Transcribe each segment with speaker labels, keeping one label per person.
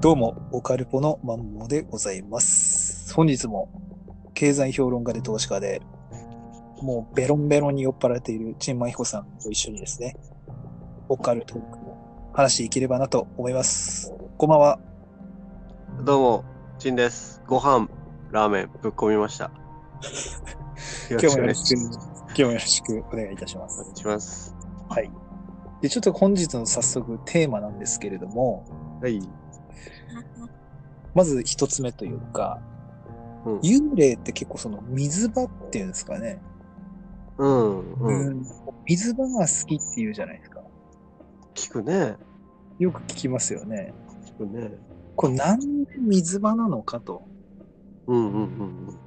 Speaker 1: どうも、オカルポのマンモでございます。本日も、経済評論家で投資家で、もうベロンベロンに酔っ払っているチンマイヒコさんと一緒にですね、オカルトークを話していければなと思います。こんばんは。
Speaker 2: どうも、ちんです。ご飯、ラーメン、ぶっ込み ました。よ
Speaker 1: 今
Speaker 2: ろ
Speaker 1: 日
Speaker 2: し
Speaker 1: も
Speaker 2: くお
Speaker 1: よ
Speaker 2: 願
Speaker 1: ろ
Speaker 2: いし
Speaker 1: しく今日
Speaker 2: ます。、
Speaker 1: もよろしくお願いいたしま
Speaker 2: お
Speaker 1: す
Speaker 2: 願。いします。
Speaker 1: はい。で、ちょっと本日の早速テーマなんですけれども、
Speaker 2: はい。
Speaker 1: まず一つ目というか、
Speaker 2: うん
Speaker 1: 幽霊って結構その水場っていうんですかね。
Speaker 2: うん、うん。
Speaker 1: うん水場が好きっていうじゃないですか。
Speaker 2: 聞くね。
Speaker 1: よく聞きますよね。
Speaker 2: 聞くね。
Speaker 1: これなんで水場なのかと。
Speaker 2: うん、うん、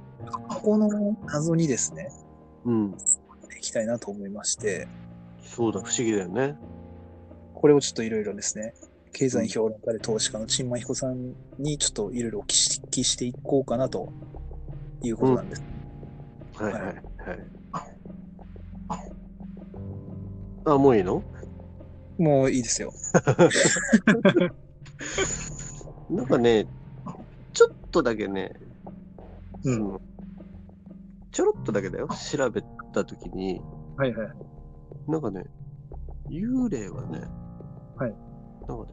Speaker 1: ここの謎にですね、
Speaker 2: うん。うん。
Speaker 1: いきたいなと思いまして、
Speaker 2: そうだ、不思議だよね。
Speaker 1: これをちょっといろいろですね、経済評論家で投資家の陳真彦さんにちょっといろいろお聞きしていこうかなということなんです。
Speaker 2: はい、はい、はい。あ、もういいの
Speaker 1: もういいですよ。
Speaker 2: なんかね、ちょっとだけね、
Speaker 1: う
Speaker 2: そ。のちょろっとだけだよ。調べたときに、
Speaker 1: はいはい。
Speaker 2: なんかね、幽霊はね、
Speaker 1: はい。
Speaker 2: なんかね、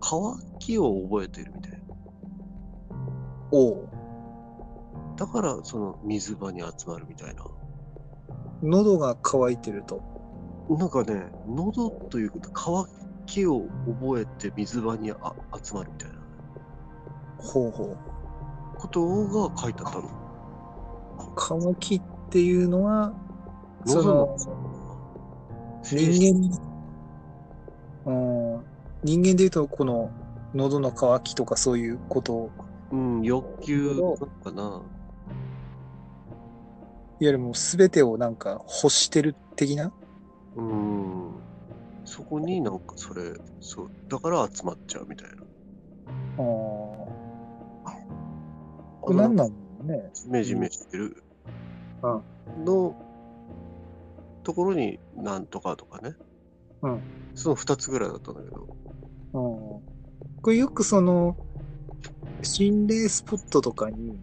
Speaker 2: 乾きを覚えているみたい
Speaker 1: おう
Speaker 2: な。だから、その水場に集まるみたいな。
Speaker 1: 喉が渇いてると。
Speaker 2: なんかね、喉ということ、乾きを覚えて水場にあ集まるみたいな
Speaker 1: ほうほう。
Speaker 2: ことが書いてあったの。
Speaker 1: 乾きっていうのは、その
Speaker 2: 喉、
Speaker 1: 人間、うん、人間で言うと、この、喉の渇きとかそういうことを、
Speaker 2: 間。うん、欲求なのかな。
Speaker 1: いわゆるもう全てをなんか欲してる的な
Speaker 2: うん。そこになんかそれ、そう、だから集まっちゃうみたいな。
Speaker 1: あーこれ何なんだろうね。
Speaker 2: メジメしてる
Speaker 1: うん
Speaker 2: のところになんとかとかね、
Speaker 1: うん
Speaker 2: その2つぐらいだったんだけど、
Speaker 1: うん。これよくその、心霊スポットとかに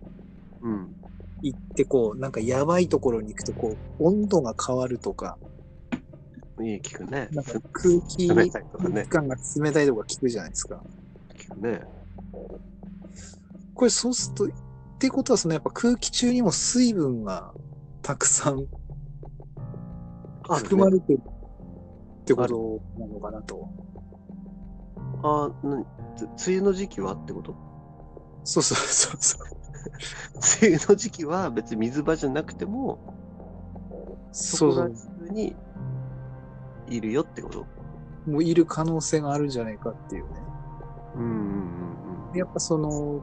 Speaker 2: うん、
Speaker 1: 行ってこう、なんかやばいところに行くとこう、温度が変わるとか、
Speaker 2: いい聞くね。
Speaker 1: なんか空気
Speaker 2: 冷たいとかね
Speaker 1: 空気感が冷たいとか聞くじゃないですか。
Speaker 2: 聞くね。
Speaker 1: これそうすると、ってことはそのやっぱ空気中にも水分がたくさん
Speaker 2: あ
Speaker 1: 含ま
Speaker 2: るね
Speaker 1: れてるってことなのかなと。
Speaker 2: あなつ梅雨の時期はってこと
Speaker 1: そうそうそうそう。
Speaker 2: 梅雨の時期は別に水場じゃなくても、
Speaker 1: そう
Speaker 2: こ
Speaker 1: そ
Speaker 2: が
Speaker 1: う
Speaker 2: 普。通にいるよってこと
Speaker 1: もういる可能性があるんじゃないかっていうね。
Speaker 2: うんうん
Speaker 1: やっぱその、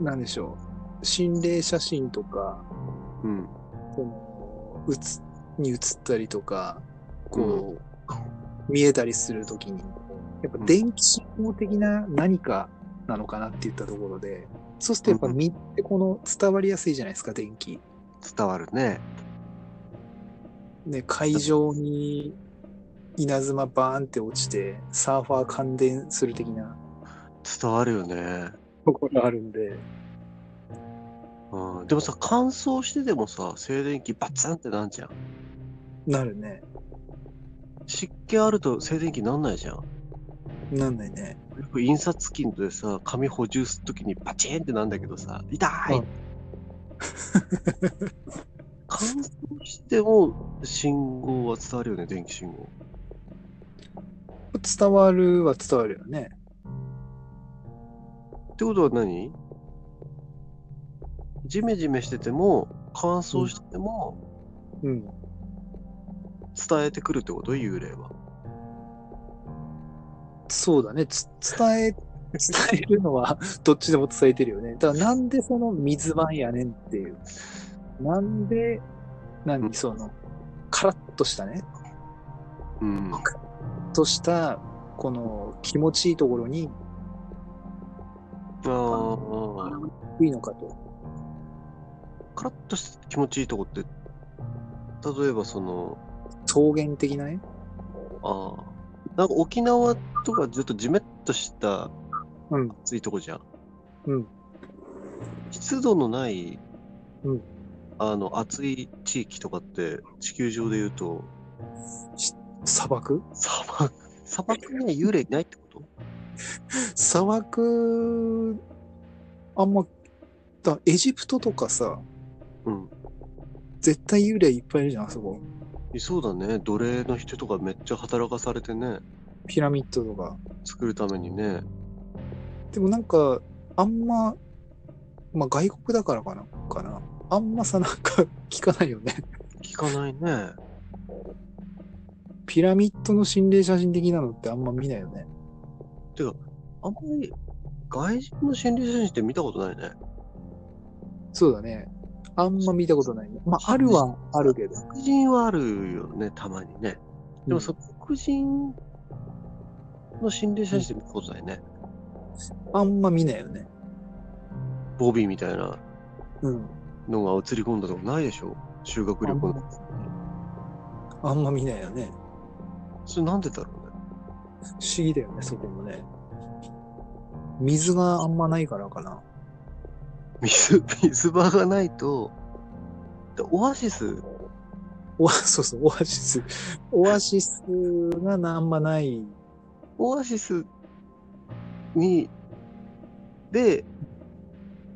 Speaker 1: なんでしょう。心霊写真とか、
Speaker 2: うんうん。うん
Speaker 1: その、うつ、に写ったりとか、こう、見えたりするときに、やっぱ電気信号的な何かなのかなって言ったところで、そうするとやっぱ見ってこの伝わりやすいじゃないですか、電気。
Speaker 2: 伝わるね。
Speaker 1: ね、海上に稲妻バーンって落ちて、サーファー感電する的な
Speaker 2: 伝わるよね。
Speaker 1: ところあるんで、
Speaker 2: うん、でもさ、乾燥しててもさ、静電気バツンってなんじゃん。
Speaker 1: なるね。
Speaker 2: 湿気あると静電気なんないじゃん。よ
Speaker 1: なんないね。
Speaker 2: く印刷機でさ、紙補充するときにバチーンってなんだけどさ、痛い、
Speaker 1: う ん
Speaker 2: 乾燥しても信号は伝わるよね、電気信号。
Speaker 1: 伝わるは伝わるよね。
Speaker 2: ってことは何ジメジメしてても、乾燥してても
Speaker 1: うん。
Speaker 2: 伝えてくるってこと、幽霊は。
Speaker 1: そうだね。つ伝え、伝えるのは、どっちでも伝えてるよね。だからなんでその水場やねんっていう。なんで、
Speaker 2: う
Speaker 1: 何
Speaker 2: ん
Speaker 1: その、カラッとしたね。
Speaker 2: うん。
Speaker 1: とした、この気持ちいいところに
Speaker 2: あー
Speaker 1: いいのかと。
Speaker 2: カラッとして気持ちいいとこって、例えばその、
Speaker 1: 草原的なね。
Speaker 2: ああ。なんか沖縄とかずっとジメッとした
Speaker 1: うん。
Speaker 2: 暑いとこじゃん。
Speaker 1: うん。
Speaker 2: 湿度のない、
Speaker 1: うん
Speaker 2: あの、暑い地域とかって、地球上で言うと、
Speaker 1: 砂漠
Speaker 2: 砂漠、砂漠には幽霊いないってこと
Speaker 1: 砂漠、あんま、だエジプトとかさ、
Speaker 2: うん。
Speaker 1: 絶対幽霊いっぱいいるじゃん、あそこ。
Speaker 2: いそうだね。奴隷の人とかめっちゃ働かされてね、
Speaker 1: ピラミッドとか。
Speaker 2: 作るためにね。
Speaker 1: でもなんか、あんま、まあ外国だからかな、かな。あんまさ、なんか聞かないよね。
Speaker 2: 聞かないね。
Speaker 1: ピラミッドの心霊写真的なのってあんま見ないよね。
Speaker 2: あんまり外人の心理写真って見たことないね。
Speaker 1: そうだね。あんま見たことないね。まあ、あるはあるけど。
Speaker 2: 黒人はあるよね、たまにね。でもその黒人の心霊写真って見たことないね。
Speaker 1: あんま見ないよね。
Speaker 2: ボビーみたいな
Speaker 1: うん。
Speaker 2: のが映り込んだとこないでしょ修学旅行の。
Speaker 1: あんま見ないよね。
Speaker 2: それなんでだろうね。
Speaker 1: 不思議だよね、そこもね。水があんまないからかな。
Speaker 2: 水、水場がないと、でオアシス、
Speaker 1: おそうそう、オアシス。オアシスがなあんまない。
Speaker 2: オアシスに、で、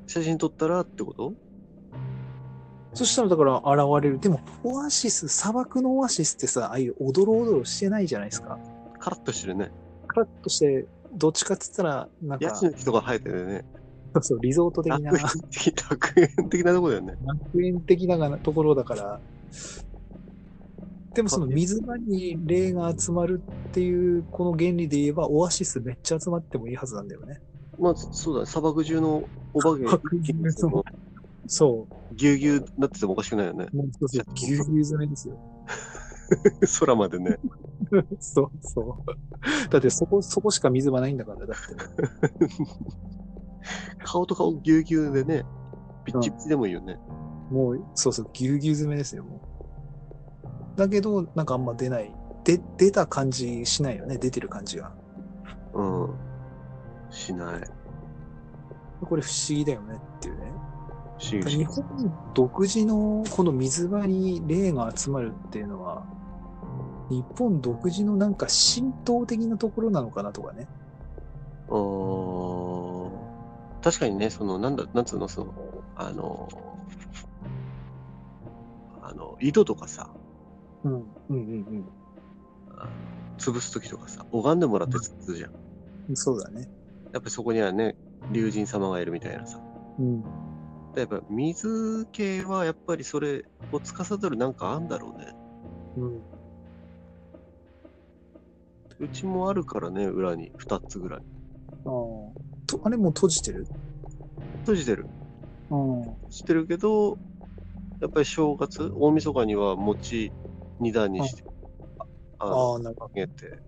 Speaker 2: 写真撮ったらってこと
Speaker 1: そしたらだから現れる。でも、オアシス、砂漠のオアシスってさ、ああいうおどろおどろしてないじゃないですか。
Speaker 2: カラッとしてるね。
Speaker 1: カラッとして、どっちかっつったら、なん
Speaker 2: ヤ
Speaker 1: か、
Speaker 2: シ
Speaker 1: そ
Speaker 2: の木とか生えてるね。
Speaker 1: うそう、リゾート的
Speaker 2: 楽
Speaker 1: な、
Speaker 2: 園的、楽園的なとこだよね。
Speaker 1: 楽園的ながところだから。でもその水場に霊が集まるっていう、この原理で言えば、オアシスめっちゃ集まってもいいはずなんだよね。
Speaker 2: まあ、そそうだね。砂漠中のお化けが一気に来ても
Speaker 1: そう。
Speaker 2: ぎゅうぎゅうになっててもおかしくないよ ね。
Speaker 1: もうそうそう、ぎゅうぎゅう詰めですよ。
Speaker 2: 空までね。
Speaker 1: そうそう。だってそこ、そこしか水場ないんだから、だって。
Speaker 2: 顔と顔ぎゅうぎゅうでね、ピッチピチでもいいよね。
Speaker 1: もう、そうそう、ぎゅうぎゅう詰めですよ、もう。だけど、なんかあんま出ない。で、出た感じしないよね、出てる感じが。
Speaker 2: うん。しない。
Speaker 1: これ不思議だよねっていうね。
Speaker 2: 不思議不思
Speaker 1: 日
Speaker 2: 議
Speaker 1: 本独自のこの水場に霊が集まるっていうのは、日本独自のなんか浸透的なところなのかなとかね。
Speaker 2: あー確かにね、その、なんだ、なんつうの、その、あの、あの、井戸とかさ、
Speaker 1: うん、うん、
Speaker 2: あの潰すときとかさ、拝んでもらって潰すじゃん。
Speaker 1: うん。そうだね。
Speaker 2: やっぱそこにはね、龍神様がいるみたいなさ。
Speaker 1: うん。
Speaker 2: やっぱ水系はやっぱりそれを司るなんかあんだろうね。
Speaker 1: うん。
Speaker 2: うちもあるからね、裏に2つぐらい。
Speaker 1: ああ。と、あれもう閉じてる
Speaker 2: 閉じてる。
Speaker 1: うん。
Speaker 2: 知ってるけど、やっぱり正月、大晦日には餅2段にして、ああの、
Speaker 1: ああ、なんか、
Speaker 2: あげて、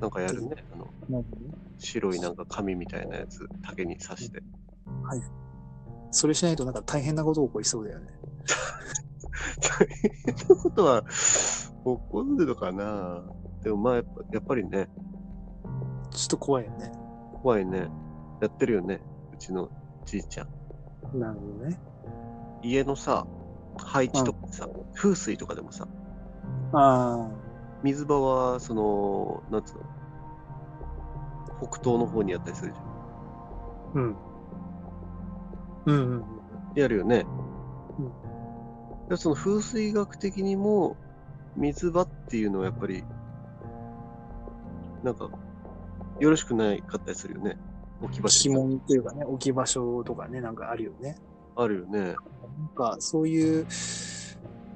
Speaker 2: なんかやるね。あの、
Speaker 1: なるほどね。
Speaker 2: 白いなんか紙みたいなやつ、竹に刺して。
Speaker 1: それしないとなんか大変なこと起こりそうだよね。
Speaker 2: 大変なことは起こるのかなでもまあやっぱ、やっぱりね、
Speaker 1: ちょっと怖いよね。
Speaker 2: 怖いね。やってるよね。うちのじいちゃん。
Speaker 1: なるほどね。
Speaker 2: 家のさ、配置とかさ、風水とかでもさ、
Speaker 1: あ
Speaker 2: 水場は、その、なんつうの、北東の方にやったりするじゃん。
Speaker 1: あ、うん。うんうん
Speaker 2: やるよね。
Speaker 1: うん
Speaker 2: でその風水学的にも、水場っていうのはやっぱり、なんか、よろしくないかったりするよね。置き
Speaker 1: うん。
Speaker 2: 場
Speaker 1: 指
Speaker 2: 所
Speaker 1: 紋というかね、置き場所とかね、なんかあるよね。
Speaker 2: あるよね。
Speaker 1: なんかそういう、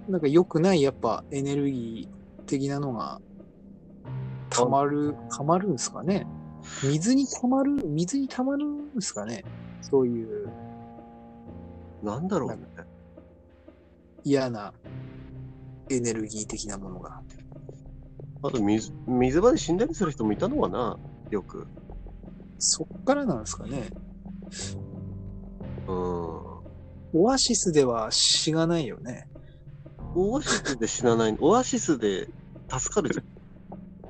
Speaker 1: なんか良くないやっぱエネルギー的なのが、溜まる、溜まるんですかね。水に溜まる、水に溜まるんですかね。そういう
Speaker 2: なんだろうね。
Speaker 1: 嫌なエネルギー的なものが。
Speaker 2: あと水、水場で死んだりする人もいたのかなよく。
Speaker 1: そっからなんですかね。
Speaker 2: うん。
Speaker 1: オアシスでは死がないよね。
Speaker 2: オアシスで死なない、オアシスで助かるじゃん。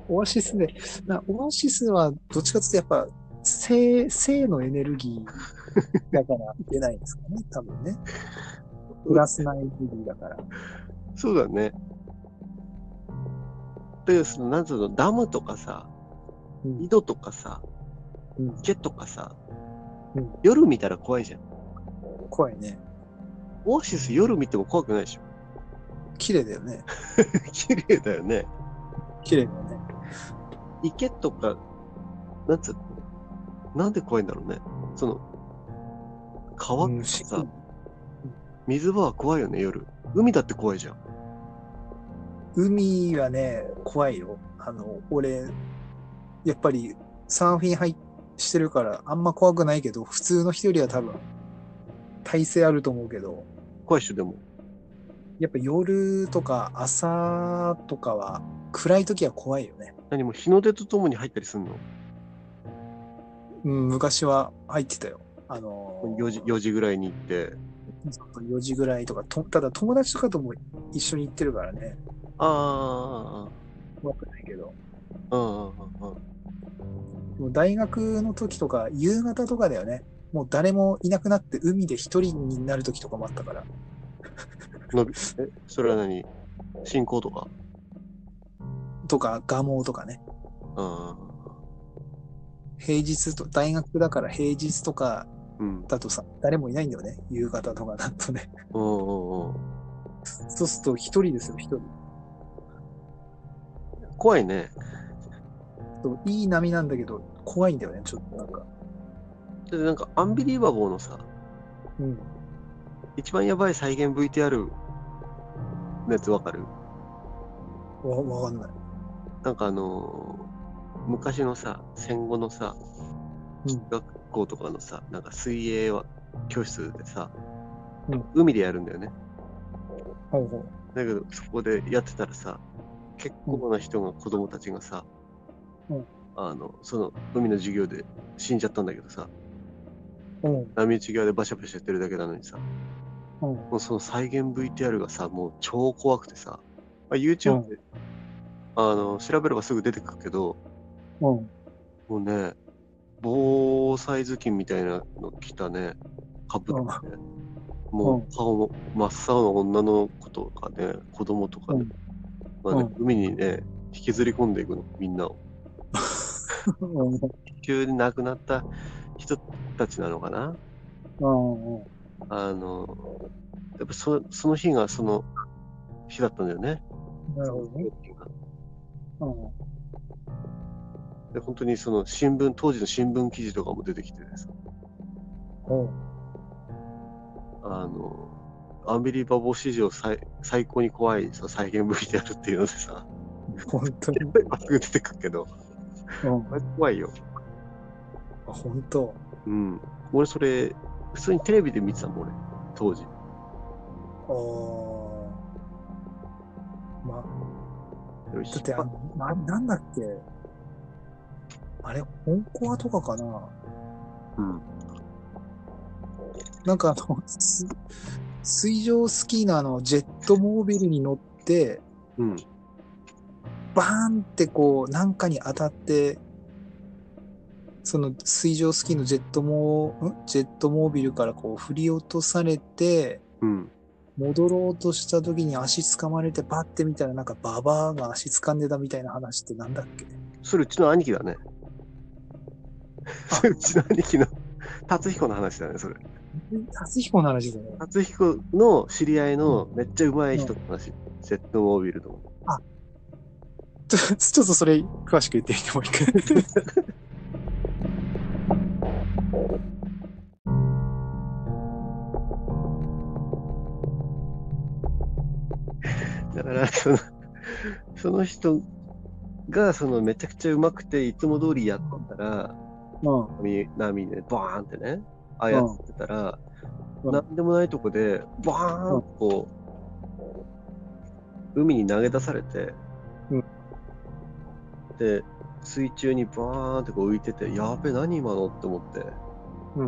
Speaker 1: オアシスで、なオアシスはどっちかっていうとやっぱ、性、性のエネルギーだから出ないんですかね、多分ね。プラスなエネルギーだから。
Speaker 2: そうだね。だけど、その、なんつうの、ダムとかさ、
Speaker 1: うん
Speaker 2: 井戸とかさ、
Speaker 1: うん
Speaker 2: 池とかさ、
Speaker 1: うん
Speaker 2: 夜見たら怖いじゃん。
Speaker 1: 怖いね。
Speaker 2: オアシス夜見ても怖くないでしょ。
Speaker 1: 綺麗だよね。
Speaker 2: 綺麗だよね。
Speaker 1: 綺麗だよね。
Speaker 2: 池とか、なんつうのなんで怖いんだろうね。その、川と
Speaker 1: うん
Speaker 2: かさ、
Speaker 1: し
Speaker 2: 水場は怖いよね、夜。海だって怖いじゃん。
Speaker 1: 海はね、怖いよ。あの、俺、やっぱりサーフィン入っしてるから、あんま怖くないけど、普通の人よりは多分、耐性あると思うけど、
Speaker 2: 怖いっしょ、でも。
Speaker 1: やっぱ夜とか朝とかは、暗い時は怖いよね。
Speaker 2: 何も日の出とともに入ったりすんの
Speaker 1: うん、昔は入ってたよ。あのー
Speaker 2: ?4 時、4時ぐらいに行って。
Speaker 1: ちょっと4時ぐらいとかと、ただ友達とかとも一緒に行ってるからね、
Speaker 2: あ
Speaker 1: 怖くないけど。
Speaker 2: あ、うんうんうんうん。
Speaker 1: でも大学の時とか、夕方とかだよね。もう誰もいなくなって海で一人になる時とかもあったから。
Speaker 2: 伸び、え、それは何進行とか
Speaker 1: とか、蒲生とかね。
Speaker 2: う
Speaker 1: 平日と、大学だから平日とか
Speaker 2: ん。うん。
Speaker 1: だとさ、誰もいないんだよね。夕方とかだとね。
Speaker 2: うんうんうん。
Speaker 1: そうすると一人ですよ、一人。
Speaker 2: 怖いね。
Speaker 1: そういい波なんだけど、怖いんだよね、ちょっとなんか。
Speaker 2: で、なんか、アンビリーバボーのさ、
Speaker 1: うん。
Speaker 2: 一番やばい再現 VTR のやつわかる
Speaker 1: わ、わかんない。
Speaker 2: なんかあのー昔のさ、戦後のさ、
Speaker 1: うん。
Speaker 2: 学校とかのさ、なんか水泳は教室でさ、
Speaker 1: うん
Speaker 2: 海でやるんだよね。
Speaker 1: ほうほう。
Speaker 2: だけど、そこでやってたらさ、結構な人が、子供たちがさ、
Speaker 1: うん
Speaker 2: あの、その海の授業で死んじゃったんだけどさ、
Speaker 1: うん。
Speaker 2: 波打ち際でバシャバシャやってるだけなのにさ、
Speaker 1: うん。
Speaker 2: もうその再現 VTR がさ、もう超怖くてさ、まあ、YouTube で、あの、調べればすぐ出てくるけど、
Speaker 1: うん。
Speaker 2: もうね、防災頭巾みたいなの着たね、かぶってね、もう顔も真っ青の女の子とかね、子供とかね、まあね海にね、引きずり込んでいくの、みんなを。
Speaker 1: うん。
Speaker 2: 急に亡くなった人たちなのかな
Speaker 1: うん。うん。
Speaker 2: あの、やっぱそその日がその日だったんだよね。
Speaker 1: なるほどね。うん。
Speaker 2: で本当にその新聞、当時の新聞記事とかも出てきてです、
Speaker 1: ほう。
Speaker 2: あの、アンビリバボー史上最最高に怖いその再現 VTR っていうのでさ、
Speaker 1: 本当に。
Speaker 2: まっすぐ出てくるけど、
Speaker 1: うん。
Speaker 2: あれ怖いよ。
Speaker 1: あ本当。
Speaker 2: うん。俺それ、普通にテレビで見てたもん、俺、当時。
Speaker 1: ああ。まあ、
Speaker 2: でも
Speaker 1: だってあの、な、なんだっけ。あれ、本コアとかかな
Speaker 2: うん。
Speaker 1: なんかあの、す水上スキーのあの、ジェットモービルに乗って、
Speaker 2: うん。
Speaker 1: バーンってこう、なんかに当たって、その水上スキーのジェットモー、んジェットモービルからこう振り落とされて、
Speaker 2: うん。
Speaker 1: 戻ろうとした時に足掴まれてバッて見たらなんかババアが足掴んでたみたいな話ってなんだっけ
Speaker 2: それうちの兄貴だね。それうちの兄貴の、達彦の話だね、それ。
Speaker 1: 達彦の話だね。
Speaker 2: 達彦の知り合いのめっちゃうまい人の話、ジェットモービルの。
Speaker 1: ちょちょっとそれ詳しく言ってみてもいいかな。
Speaker 2: だから、その、その人が、その、めちゃくちゃうまくて、いつも通りやったら、
Speaker 1: うん。
Speaker 2: 波、波で、バーンってね、ああやってたら、
Speaker 1: うん
Speaker 2: なんでもないとこで、バーンってこう、海に投げ出されて、
Speaker 1: うん
Speaker 2: で、水中にバーンってこう浮いてて、やべ、何今のって思って、
Speaker 1: う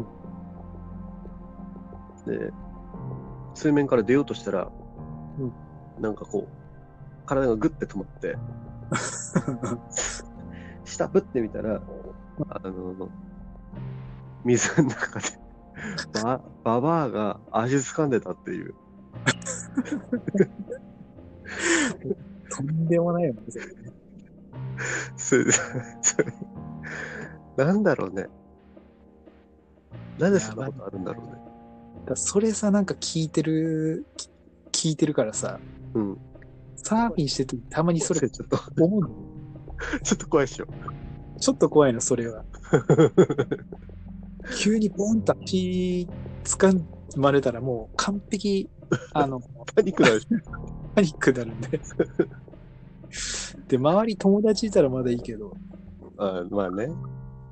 Speaker 1: ん
Speaker 2: で、水面から出ようとしたら、
Speaker 1: うん
Speaker 2: なんかこう、体がグッて止まって、下ぶってみたら、あの、水の中 で、ば、ばばあが足掴んでたっていう。
Speaker 1: とんでもないもんですよね。
Speaker 2: それそれなんだろうね。なんでそんなことあるんだろうね。
Speaker 1: だからそれさ、なんか聞いてる、き聞いてるからさ、
Speaker 2: うん。
Speaker 1: サーフィンしててたまにそれ
Speaker 2: ちょっと、
Speaker 1: 思うの。
Speaker 2: ちょっと怖いっ しょ。
Speaker 1: ちょっと怖いの、それは。急にボンと足掴まれたらもう完 璧、あの、
Speaker 2: パニックだし。
Speaker 1: パニックになるんで。で、周り友達いたらまだいいけど、
Speaker 2: あまあね。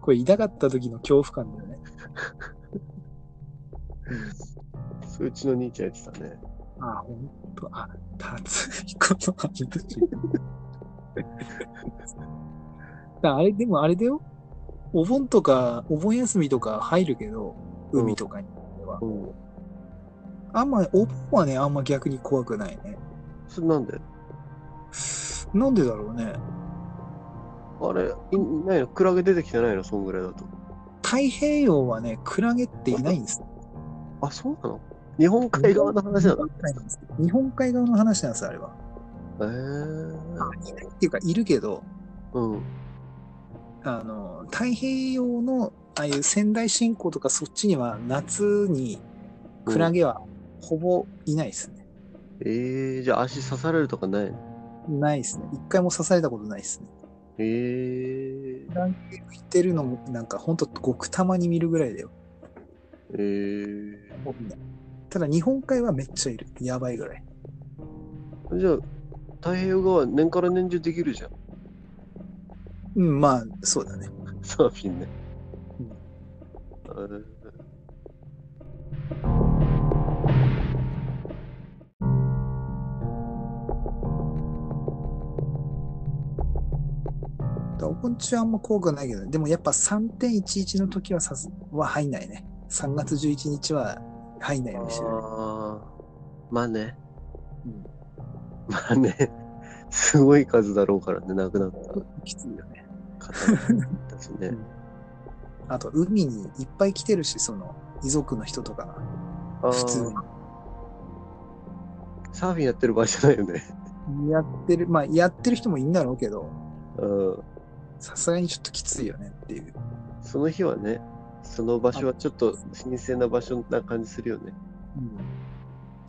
Speaker 1: これ痛かった時の恐怖感だよね。
Speaker 2: そううちの兄ちゃんやってたね。
Speaker 1: あ、ほんと、あ、辰彦の話。だあれ、でもあれだよ。お盆とか、お盆休みとか入るけど、
Speaker 2: うん
Speaker 1: 海とかには。
Speaker 2: うん。
Speaker 1: あんま、お盆はね、あんま逆に怖くないね。
Speaker 2: それなんで
Speaker 1: なんでだろうね。
Speaker 2: あれ、いいないのクラゲ出てきてないのそんぐらいだと。
Speaker 1: 太平洋はね、クラゲっていないんですよ。
Speaker 2: あ、そうなの日本海側の話なんだ。
Speaker 1: 日本海側の話なんですよ、あれは。
Speaker 2: へえー。
Speaker 1: いないっていうか、いるけど、
Speaker 2: うん。
Speaker 1: あの、太平洋の、ああいう仙台新港とかそっちには夏にクラゲはほぼいないですね。
Speaker 2: えー、じゃあ足刺されるとかないの
Speaker 1: ないですね。一回も刺されたことないですね。
Speaker 2: えー。
Speaker 1: クラゲ浮いてるのもなんかほんとごくたまに見るぐらいだよ。
Speaker 2: えー。
Speaker 1: ただ日本海はめっちゃいる。やばいぐらい。
Speaker 2: じゃあ、太平洋側年から年中できるじゃん。
Speaker 1: うん、まあ、そうだね。
Speaker 2: サーフィン
Speaker 1: う
Speaker 2: ね。
Speaker 1: ん
Speaker 2: あれ
Speaker 1: だおこんちはあんま怖くないけど、でもやっぱ3.11の時はさすは入んないね。3月11日は入んないようにしてる。
Speaker 2: あーまあね。
Speaker 1: うん
Speaker 2: まあね。 すごい数だろうからね、亡くなった
Speaker 1: きついよね。
Speaker 2: 方たちね。
Speaker 1: あと、海にいっぱい来てるし、その、遺族の人とかが、
Speaker 2: あー
Speaker 1: 普通に。
Speaker 2: サーフィンやってる場合じゃないよね。
Speaker 1: やってる、まあ、やってる人もいいんだろうけど、
Speaker 2: うん。
Speaker 1: さすがにちょっときついよねっていう。
Speaker 2: その日はね、その場所はちょっと神聖な場所な感じするよね。
Speaker 1: うん。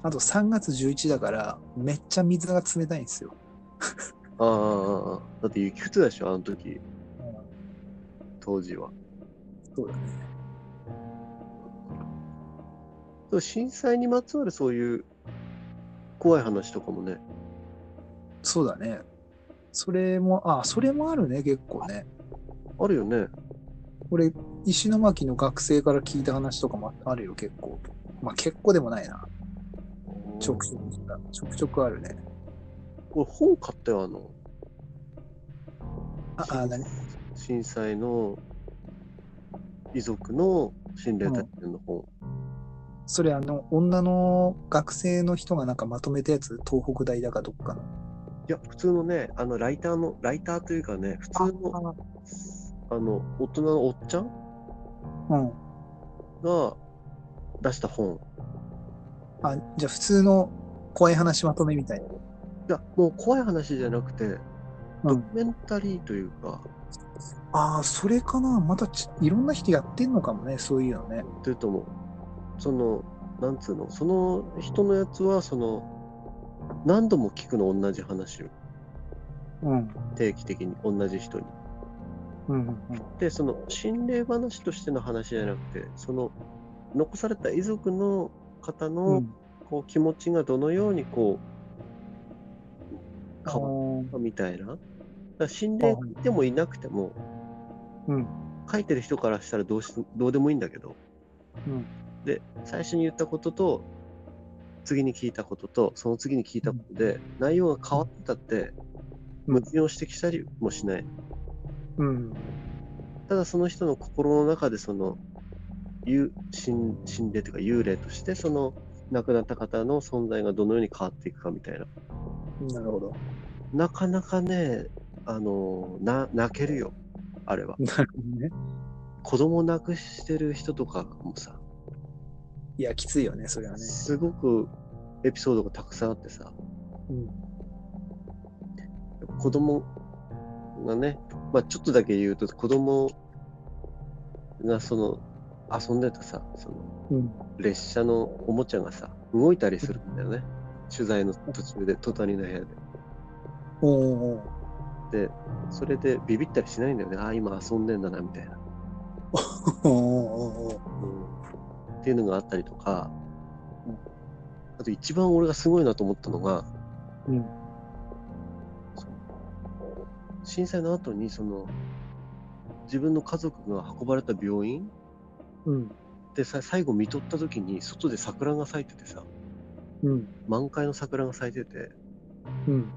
Speaker 1: あと、3月11だから、めっちゃ水が冷たいんですよ。
Speaker 2: あーあー、あーだって雪降ってたでしょ、あの時、当時は。
Speaker 1: そうだね。
Speaker 2: そう震災にまつわるそういう怖い話とかもね、
Speaker 1: そうだね。それも、あ、それもあるね、結構ね。
Speaker 2: あるよね。
Speaker 1: 俺、石巻の学生から聞いた話とかもあるよ、結構。まあ、結構でもないな。ちょくちょく、ちょくちょくあるね。
Speaker 2: 俺本買ったよ、あの、
Speaker 1: あ、あ、何
Speaker 2: 震災の遺族の心霊体験の本。
Speaker 1: それあの、女の学生の人がなんかまとめたやつ、東北大だかどっかの。
Speaker 2: いや、普通のね、あの、ライターの、ライターというかね、普通の、あの、大人のおっちゃん
Speaker 1: うん。
Speaker 2: が出した本。
Speaker 1: あ、じゃあ普通の怖い話まとめみたいな。
Speaker 2: いや、もう怖い話じゃなくて、
Speaker 1: う
Speaker 2: ド
Speaker 1: ん。
Speaker 2: キュメンタリーというか、
Speaker 1: ああ、それかな。またちいろんな人やってんのかもね、そういうのね。
Speaker 2: というともう、その、なんつうの、その人のやつは、その、何度も聞くの、同じ話を。
Speaker 1: うん。
Speaker 2: 定期的に、同じ人に。
Speaker 1: うん。うん
Speaker 2: で、その、心霊話としての話じゃなくて、その、残された遺族の方
Speaker 1: う
Speaker 2: の
Speaker 1: ん。
Speaker 2: こう気持ちがどのようにこう、
Speaker 1: あ
Speaker 2: 変わっ
Speaker 1: ー
Speaker 2: たみたいな。だから心霊がいてもいなくても、
Speaker 1: うん。
Speaker 2: 書いてる人からしたらどうしどうでもいいんだけど、
Speaker 1: うん
Speaker 2: で最初に言ったことと次に聞いたこととその次に聞いたことで内容が変わってたって
Speaker 1: うん
Speaker 2: 矛盾を指摘したりもしない
Speaker 1: うん。
Speaker 2: ただその人の心の中でその幽心心霊というか幽霊としてその亡くなった方の存在がどのように変わっていくかみたいな
Speaker 1: なるほど。
Speaker 2: なかなかねあの、な、泣けるよ。あれは。
Speaker 1: なるほどね。
Speaker 2: 子供亡くしてる人とかもさ、
Speaker 1: いや、きついよね、それはね。
Speaker 2: すごくエピソードがたくさんあってさ、
Speaker 1: うん。
Speaker 2: 子供がね、まあちょっとだけ言うと、子供がその、遊んでたさ、その、
Speaker 1: うん。
Speaker 2: 列車のおもちゃがさ、動いたりするんだよね。取材の途中で、隣の部屋で。
Speaker 1: おうおうおう
Speaker 2: それでビビったりしないんだよね。ああ、今遊んでんだな、みたいな。
Speaker 1: おうおうおう
Speaker 2: うんっていうのがあったりとか
Speaker 1: うん、
Speaker 2: あと一番俺がすごいなと思ったのが、
Speaker 1: うん
Speaker 2: その震災の後にその自分の家族が運ばれた病院
Speaker 1: うん。
Speaker 2: でさ最後見とった時に外で桜が咲いててさ
Speaker 1: うん。
Speaker 2: 満開の桜が咲いてて
Speaker 1: うん。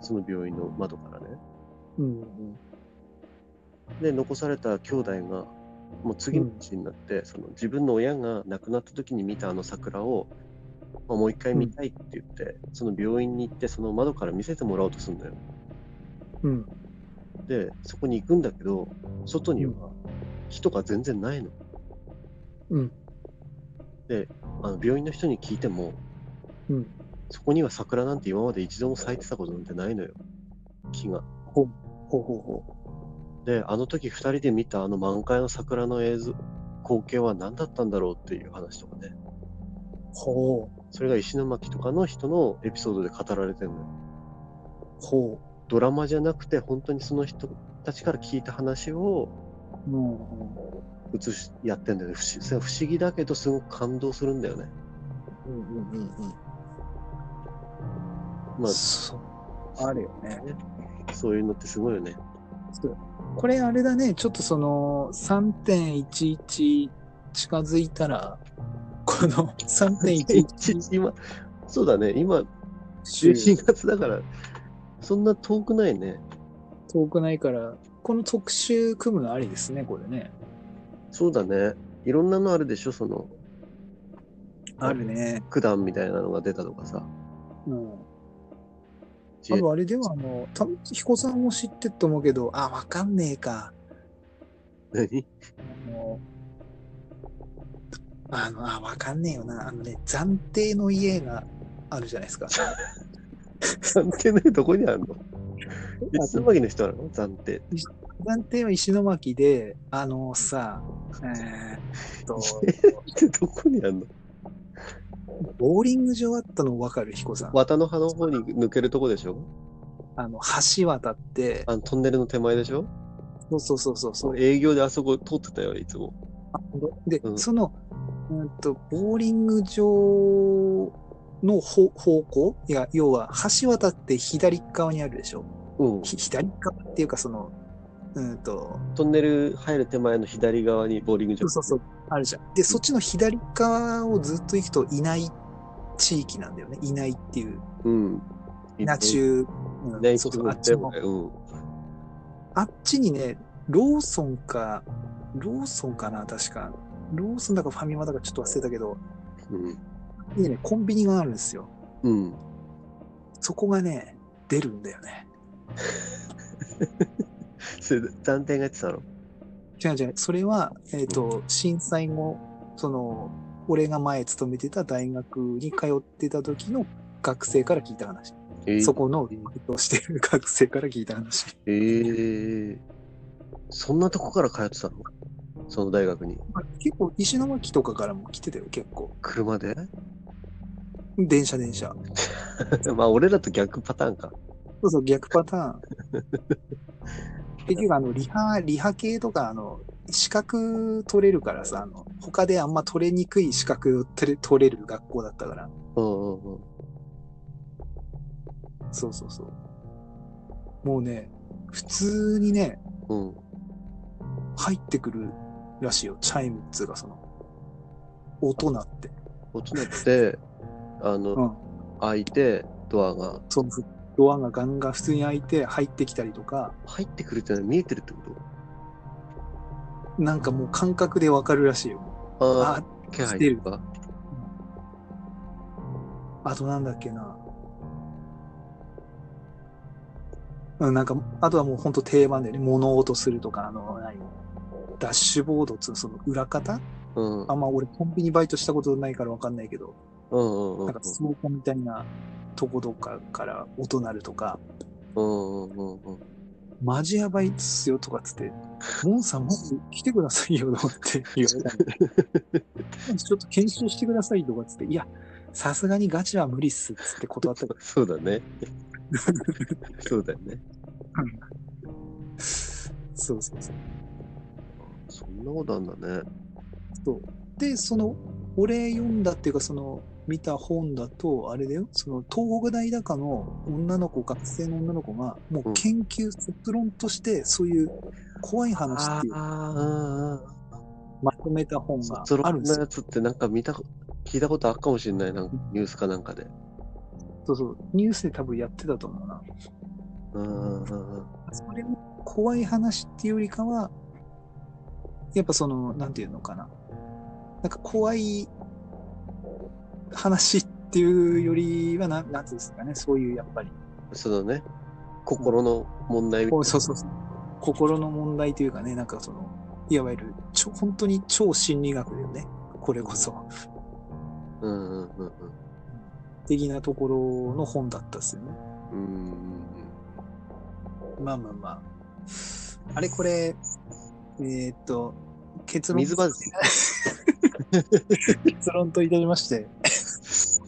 Speaker 2: その病院の窓からね
Speaker 1: うん。うん。
Speaker 2: で残された兄弟がもう次の年になって、その自分の親が亡くなった時に見たあの桜を、まあもう一回見たいって言って、その病院に行ってその窓から見せてもらおうとするんだよ
Speaker 1: うん。
Speaker 2: でそこに行くんだけど外には木とか全然ないの,、
Speaker 1: うん
Speaker 2: あの病院の人に聞いても、
Speaker 1: うん
Speaker 2: そこには桜なんて今まで一度も咲いてたことなんてないのよ木が
Speaker 1: ほうほうほ
Speaker 2: であの時2人で見たあの満開の桜の映像光景は何だったんだろうっていう話とかね
Speaker 1: う。ほ
Speaker 2: それが石巻とかの人のエピソードで語られてるのよ。
Speaker 1: う。ほ
Speaker 2: ドラマじゃなくて、本当にその人たちから聞いた話を
Speaker 1: う。うん。うん。
Speaker 2: 映し、やってんだよね。不思それは不思議だけど、すごく感動するんだよね。
Speaker 1: うん。うん。うん。
Speaker 2: ま
Speaker 1: そう。あるよね。
Speaker 2: あ、そういうのってすごいよね。
Speaker 1: そうこれあれだね、ちょっとその3.11近づいたら、こ の 3.11
Speaker 2: 今、そうだね。今、
Speaker 1: 週
Speaker 2: 11月だから、そんな遠くないね。
Speaker 1: 遠くないから、この特集組むのありですね、これね。
Speaker 2: そうだね。いろんなのあるでしょ、その、
Speaker 1: あるね。
Speaker 2: 九段みたいなのが出たとかさ。
Speaker 1: うん。
Speaker 2: 自
Speaker 1: あ
Speaker 2: 衛
Speaker 1: とあれでは、あの、た彦さんも知ってると思うけど、あ、わかんねえか。
Speaker 2: 何
Speaker 1: あの、あの、あ、わかんねえよな。あのね、暫定の家があるじゃないです か。
Speaker 2: 暫定のどこにあるの石巻の人なの暫定。
Speaker 1: 暫定は石巻で、あのさ、えーっ と、
Speaker 2: ってどこにあるの
Speaker 1: ボーリング場あったの分かる彦さん。
Speaker 2: 綿の葉の方に抜けるとこでしょ
Speaker 1: あの、橋渡って、
Speaker 2: あのトンネルの手前でしょ
Speaker 1: そうそうそうそうそう。
Speaker 2: 営業であそこ通ってたよ、いつも。
Speaker 1: で、
Speaker 2: うん
Speaker 1: その、うんと、ボーリング場の方方向いや、要は、橋渡って左側にあるでしょ
Speaker 2: うん。
Speaker 1: ひ左側っていうか、その、うんと、
Speaker 2: トンネル入る手前の左側にボーリング
Speaker 1: そ
Speaker 2: 場。
Speaker 1: うそうそう、あるじゃん。で、そっちの左側をずっと行くと、いない地域なんだよね。いないっていう、
Speaker 2: うん。
Speaker 1: ナチュー、うん
Speaker 2: ね、
Speaker 1: そ
Speaker 2: そうう
Speaker 1: そ、あ
Speaker 2: そうう
Speaker 1: っちの。
Speaker 2: うん。
Speaker 1: あっちにね、ローソンか、ローソンかな、確か。ローソンだかファミマだかちょっと忘れたけど、
Speaker 2: うん。
Speaker 1: でね、コンビニがあるんですよ。
Speaker 2: うん。
Speaker 1: そこがね、出るんだよね。
Speaker 2: それ、暫定がやってたの
Speaker 1: 違う違う、それは、えっ、と、震災後、その、俺が前勤めてた大学に通ってた時の学生から聞いた話。
Speaker 2: えー
Speaker 1: そこのバイトをしてる学生から聞いた話。
Speaker 2: えーそんなとこから通ってたのその大学に。
Speaker 1: まあ結構、石巻とかからも来てたよ、結構。
Speaker 2: 車で
Speaker 1: 電車電車。
Speaker 2: まあ、俺らと逆パターンか。
Speaker 1: そうそう、逆パターン。結局、あの、リハ、リハ系とか、あの、資格取れるからさ、あの、他であんま取れにくい資格を取れ取れる学校だったから。
Speaker 2: うんうんうん。
Speaker 1: そうそうそう。もうね、普通にね、
Speaker 2: うん。
Speaker 1: 入ってくるらしいよ。チャイムっつうか、その、音鳴って。
Speaker 2: こっちだって、あの、
Speaker 1: うん。
Speaker 2: 開いて、ドアが
Speaker 1: その、ドアがガンガン普通に開いて入ってきたりとか、
Speaker 2: 入ってくるってのは見えてるってこ
Speaker 1: なんかもう感覚でわかるらしいよ。
Speaker 2: と
Speaker 1: あ
Speaker 2: ああ、気配
Speaker 1: 来てる
Speaker 2: とか。
Speaker 1: あとなんだっけな。うん、なんか、あとはもう本当定番だよね。物音するとか、あの、何ダッシュボードつうその裏方
Speaker 2: うん。うん
Speaker 1: あんま俺コンビニバイトしたことないからわかんないけど、
Speaker 2: うんうん
Speaker 1: なんか倉庫みたいなとことかから音鳴るとか、
Speaker 2: うんうんうんうん。
Speaker 1: マジやばいっすよとかっつって、モンさんまず来てくださいよとかって 言われたのちょっと検証してくださいとかっつって、いや、さすがにガチは無理っすっつって断ったけど
Speaker 2: そうだね。そうだよね。
Speaker 1: そうそうそう。
Speaker 2: そんなことあんだね。
Speaker 1: そうで、その、俺読んだっていうか、その、見た本だと、あれだよ、その、東北大高の女の子、学生の女の子が、もう研究、卒論として、そういう怖い話っていう、
Speaker 2: ああ、
Speaker 1: まとめた本が
Speaker 2: そ
Speaker 1: あるん
Speaker 2: の
Speaker 1: です
Speaker 2: な
Speaker 1: よ。
Speaker 2: やつってなんか見たこ、聞いたことあるかもしれない。なんかニュースかなんかで。
Speaker 1: そうそう、ニュースで多分やってたと思うな。
Speaker 2: うんうんうん。
Speaker 1: それも怖い話っていうよりかは、やっぱその、なんていうのかな。なんか怖い話っていうよりは、ななんていうんですかね、そういうやっぱり。
Speaker 2: そのね、心の問題みたい
Speaker 1: こうそうそうそう。心の問題というかね、なんかその、いわゆる、ちょ本当に超心理学だよね。これこそ。
Speaker 2: な。うんうんうん
Speaker 1: 的なところの本だったっすよね。
Speaker 2: うん。うんうんうん
Speaker 1: まあまあまあ。あれこれ、えーっと、結論。
Speaker 2: 水バズ
Speaker 1: 結論といたしまして。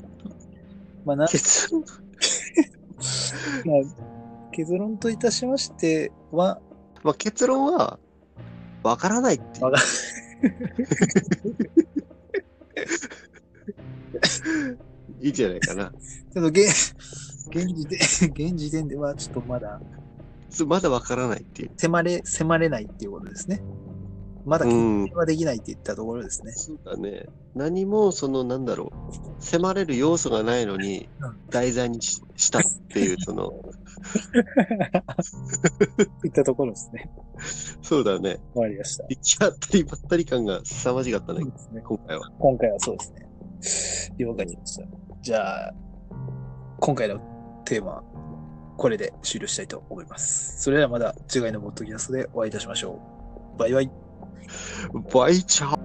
Speaker 1: まあ、な
Speaker 2: 結論
Speaker 1: まあ結論といたしましては、
Speaker 2: まあ結論は、わからないっていう
Speaker 1: わか
Speaker 2: いいじゃないか
Speaker 1: ちょ
Speaker 2: な。
Speaker 1: っと現現時点、現時点ではちょっとまだ
Speaker 2: そうまだわからない っていう。
Speaker 1: 迫れ、迫れないっていうことですね。まだ決
Speaker 2: うん
Speaker 1: 定はできないって言ったところですね。
Speaker 2: そうだね。何も、その、なんだろう、迫れる要素がないのに
Speaker 1: う、
Speaker 2: 題材にししたっ ていう、その、
Speaker 1: 言ったところですね。
Speaker 2: そうだね。
Speaker 1: わかりました。
Speaker 2: 行き当たりばったり感が凄まじかった
Speaker 1: そう
Speaker 2: ね、
Speaker 1: ですね。
Speaker 2: 今回は。
Speaker 1: 今回はそうですね。了解しました。じゃあ、今回のテーマ、これで終了したいと思います。それではまだ次回のポッドキャストでお会いいたしましょう。バイバイ。
Speaker 2: バイチャー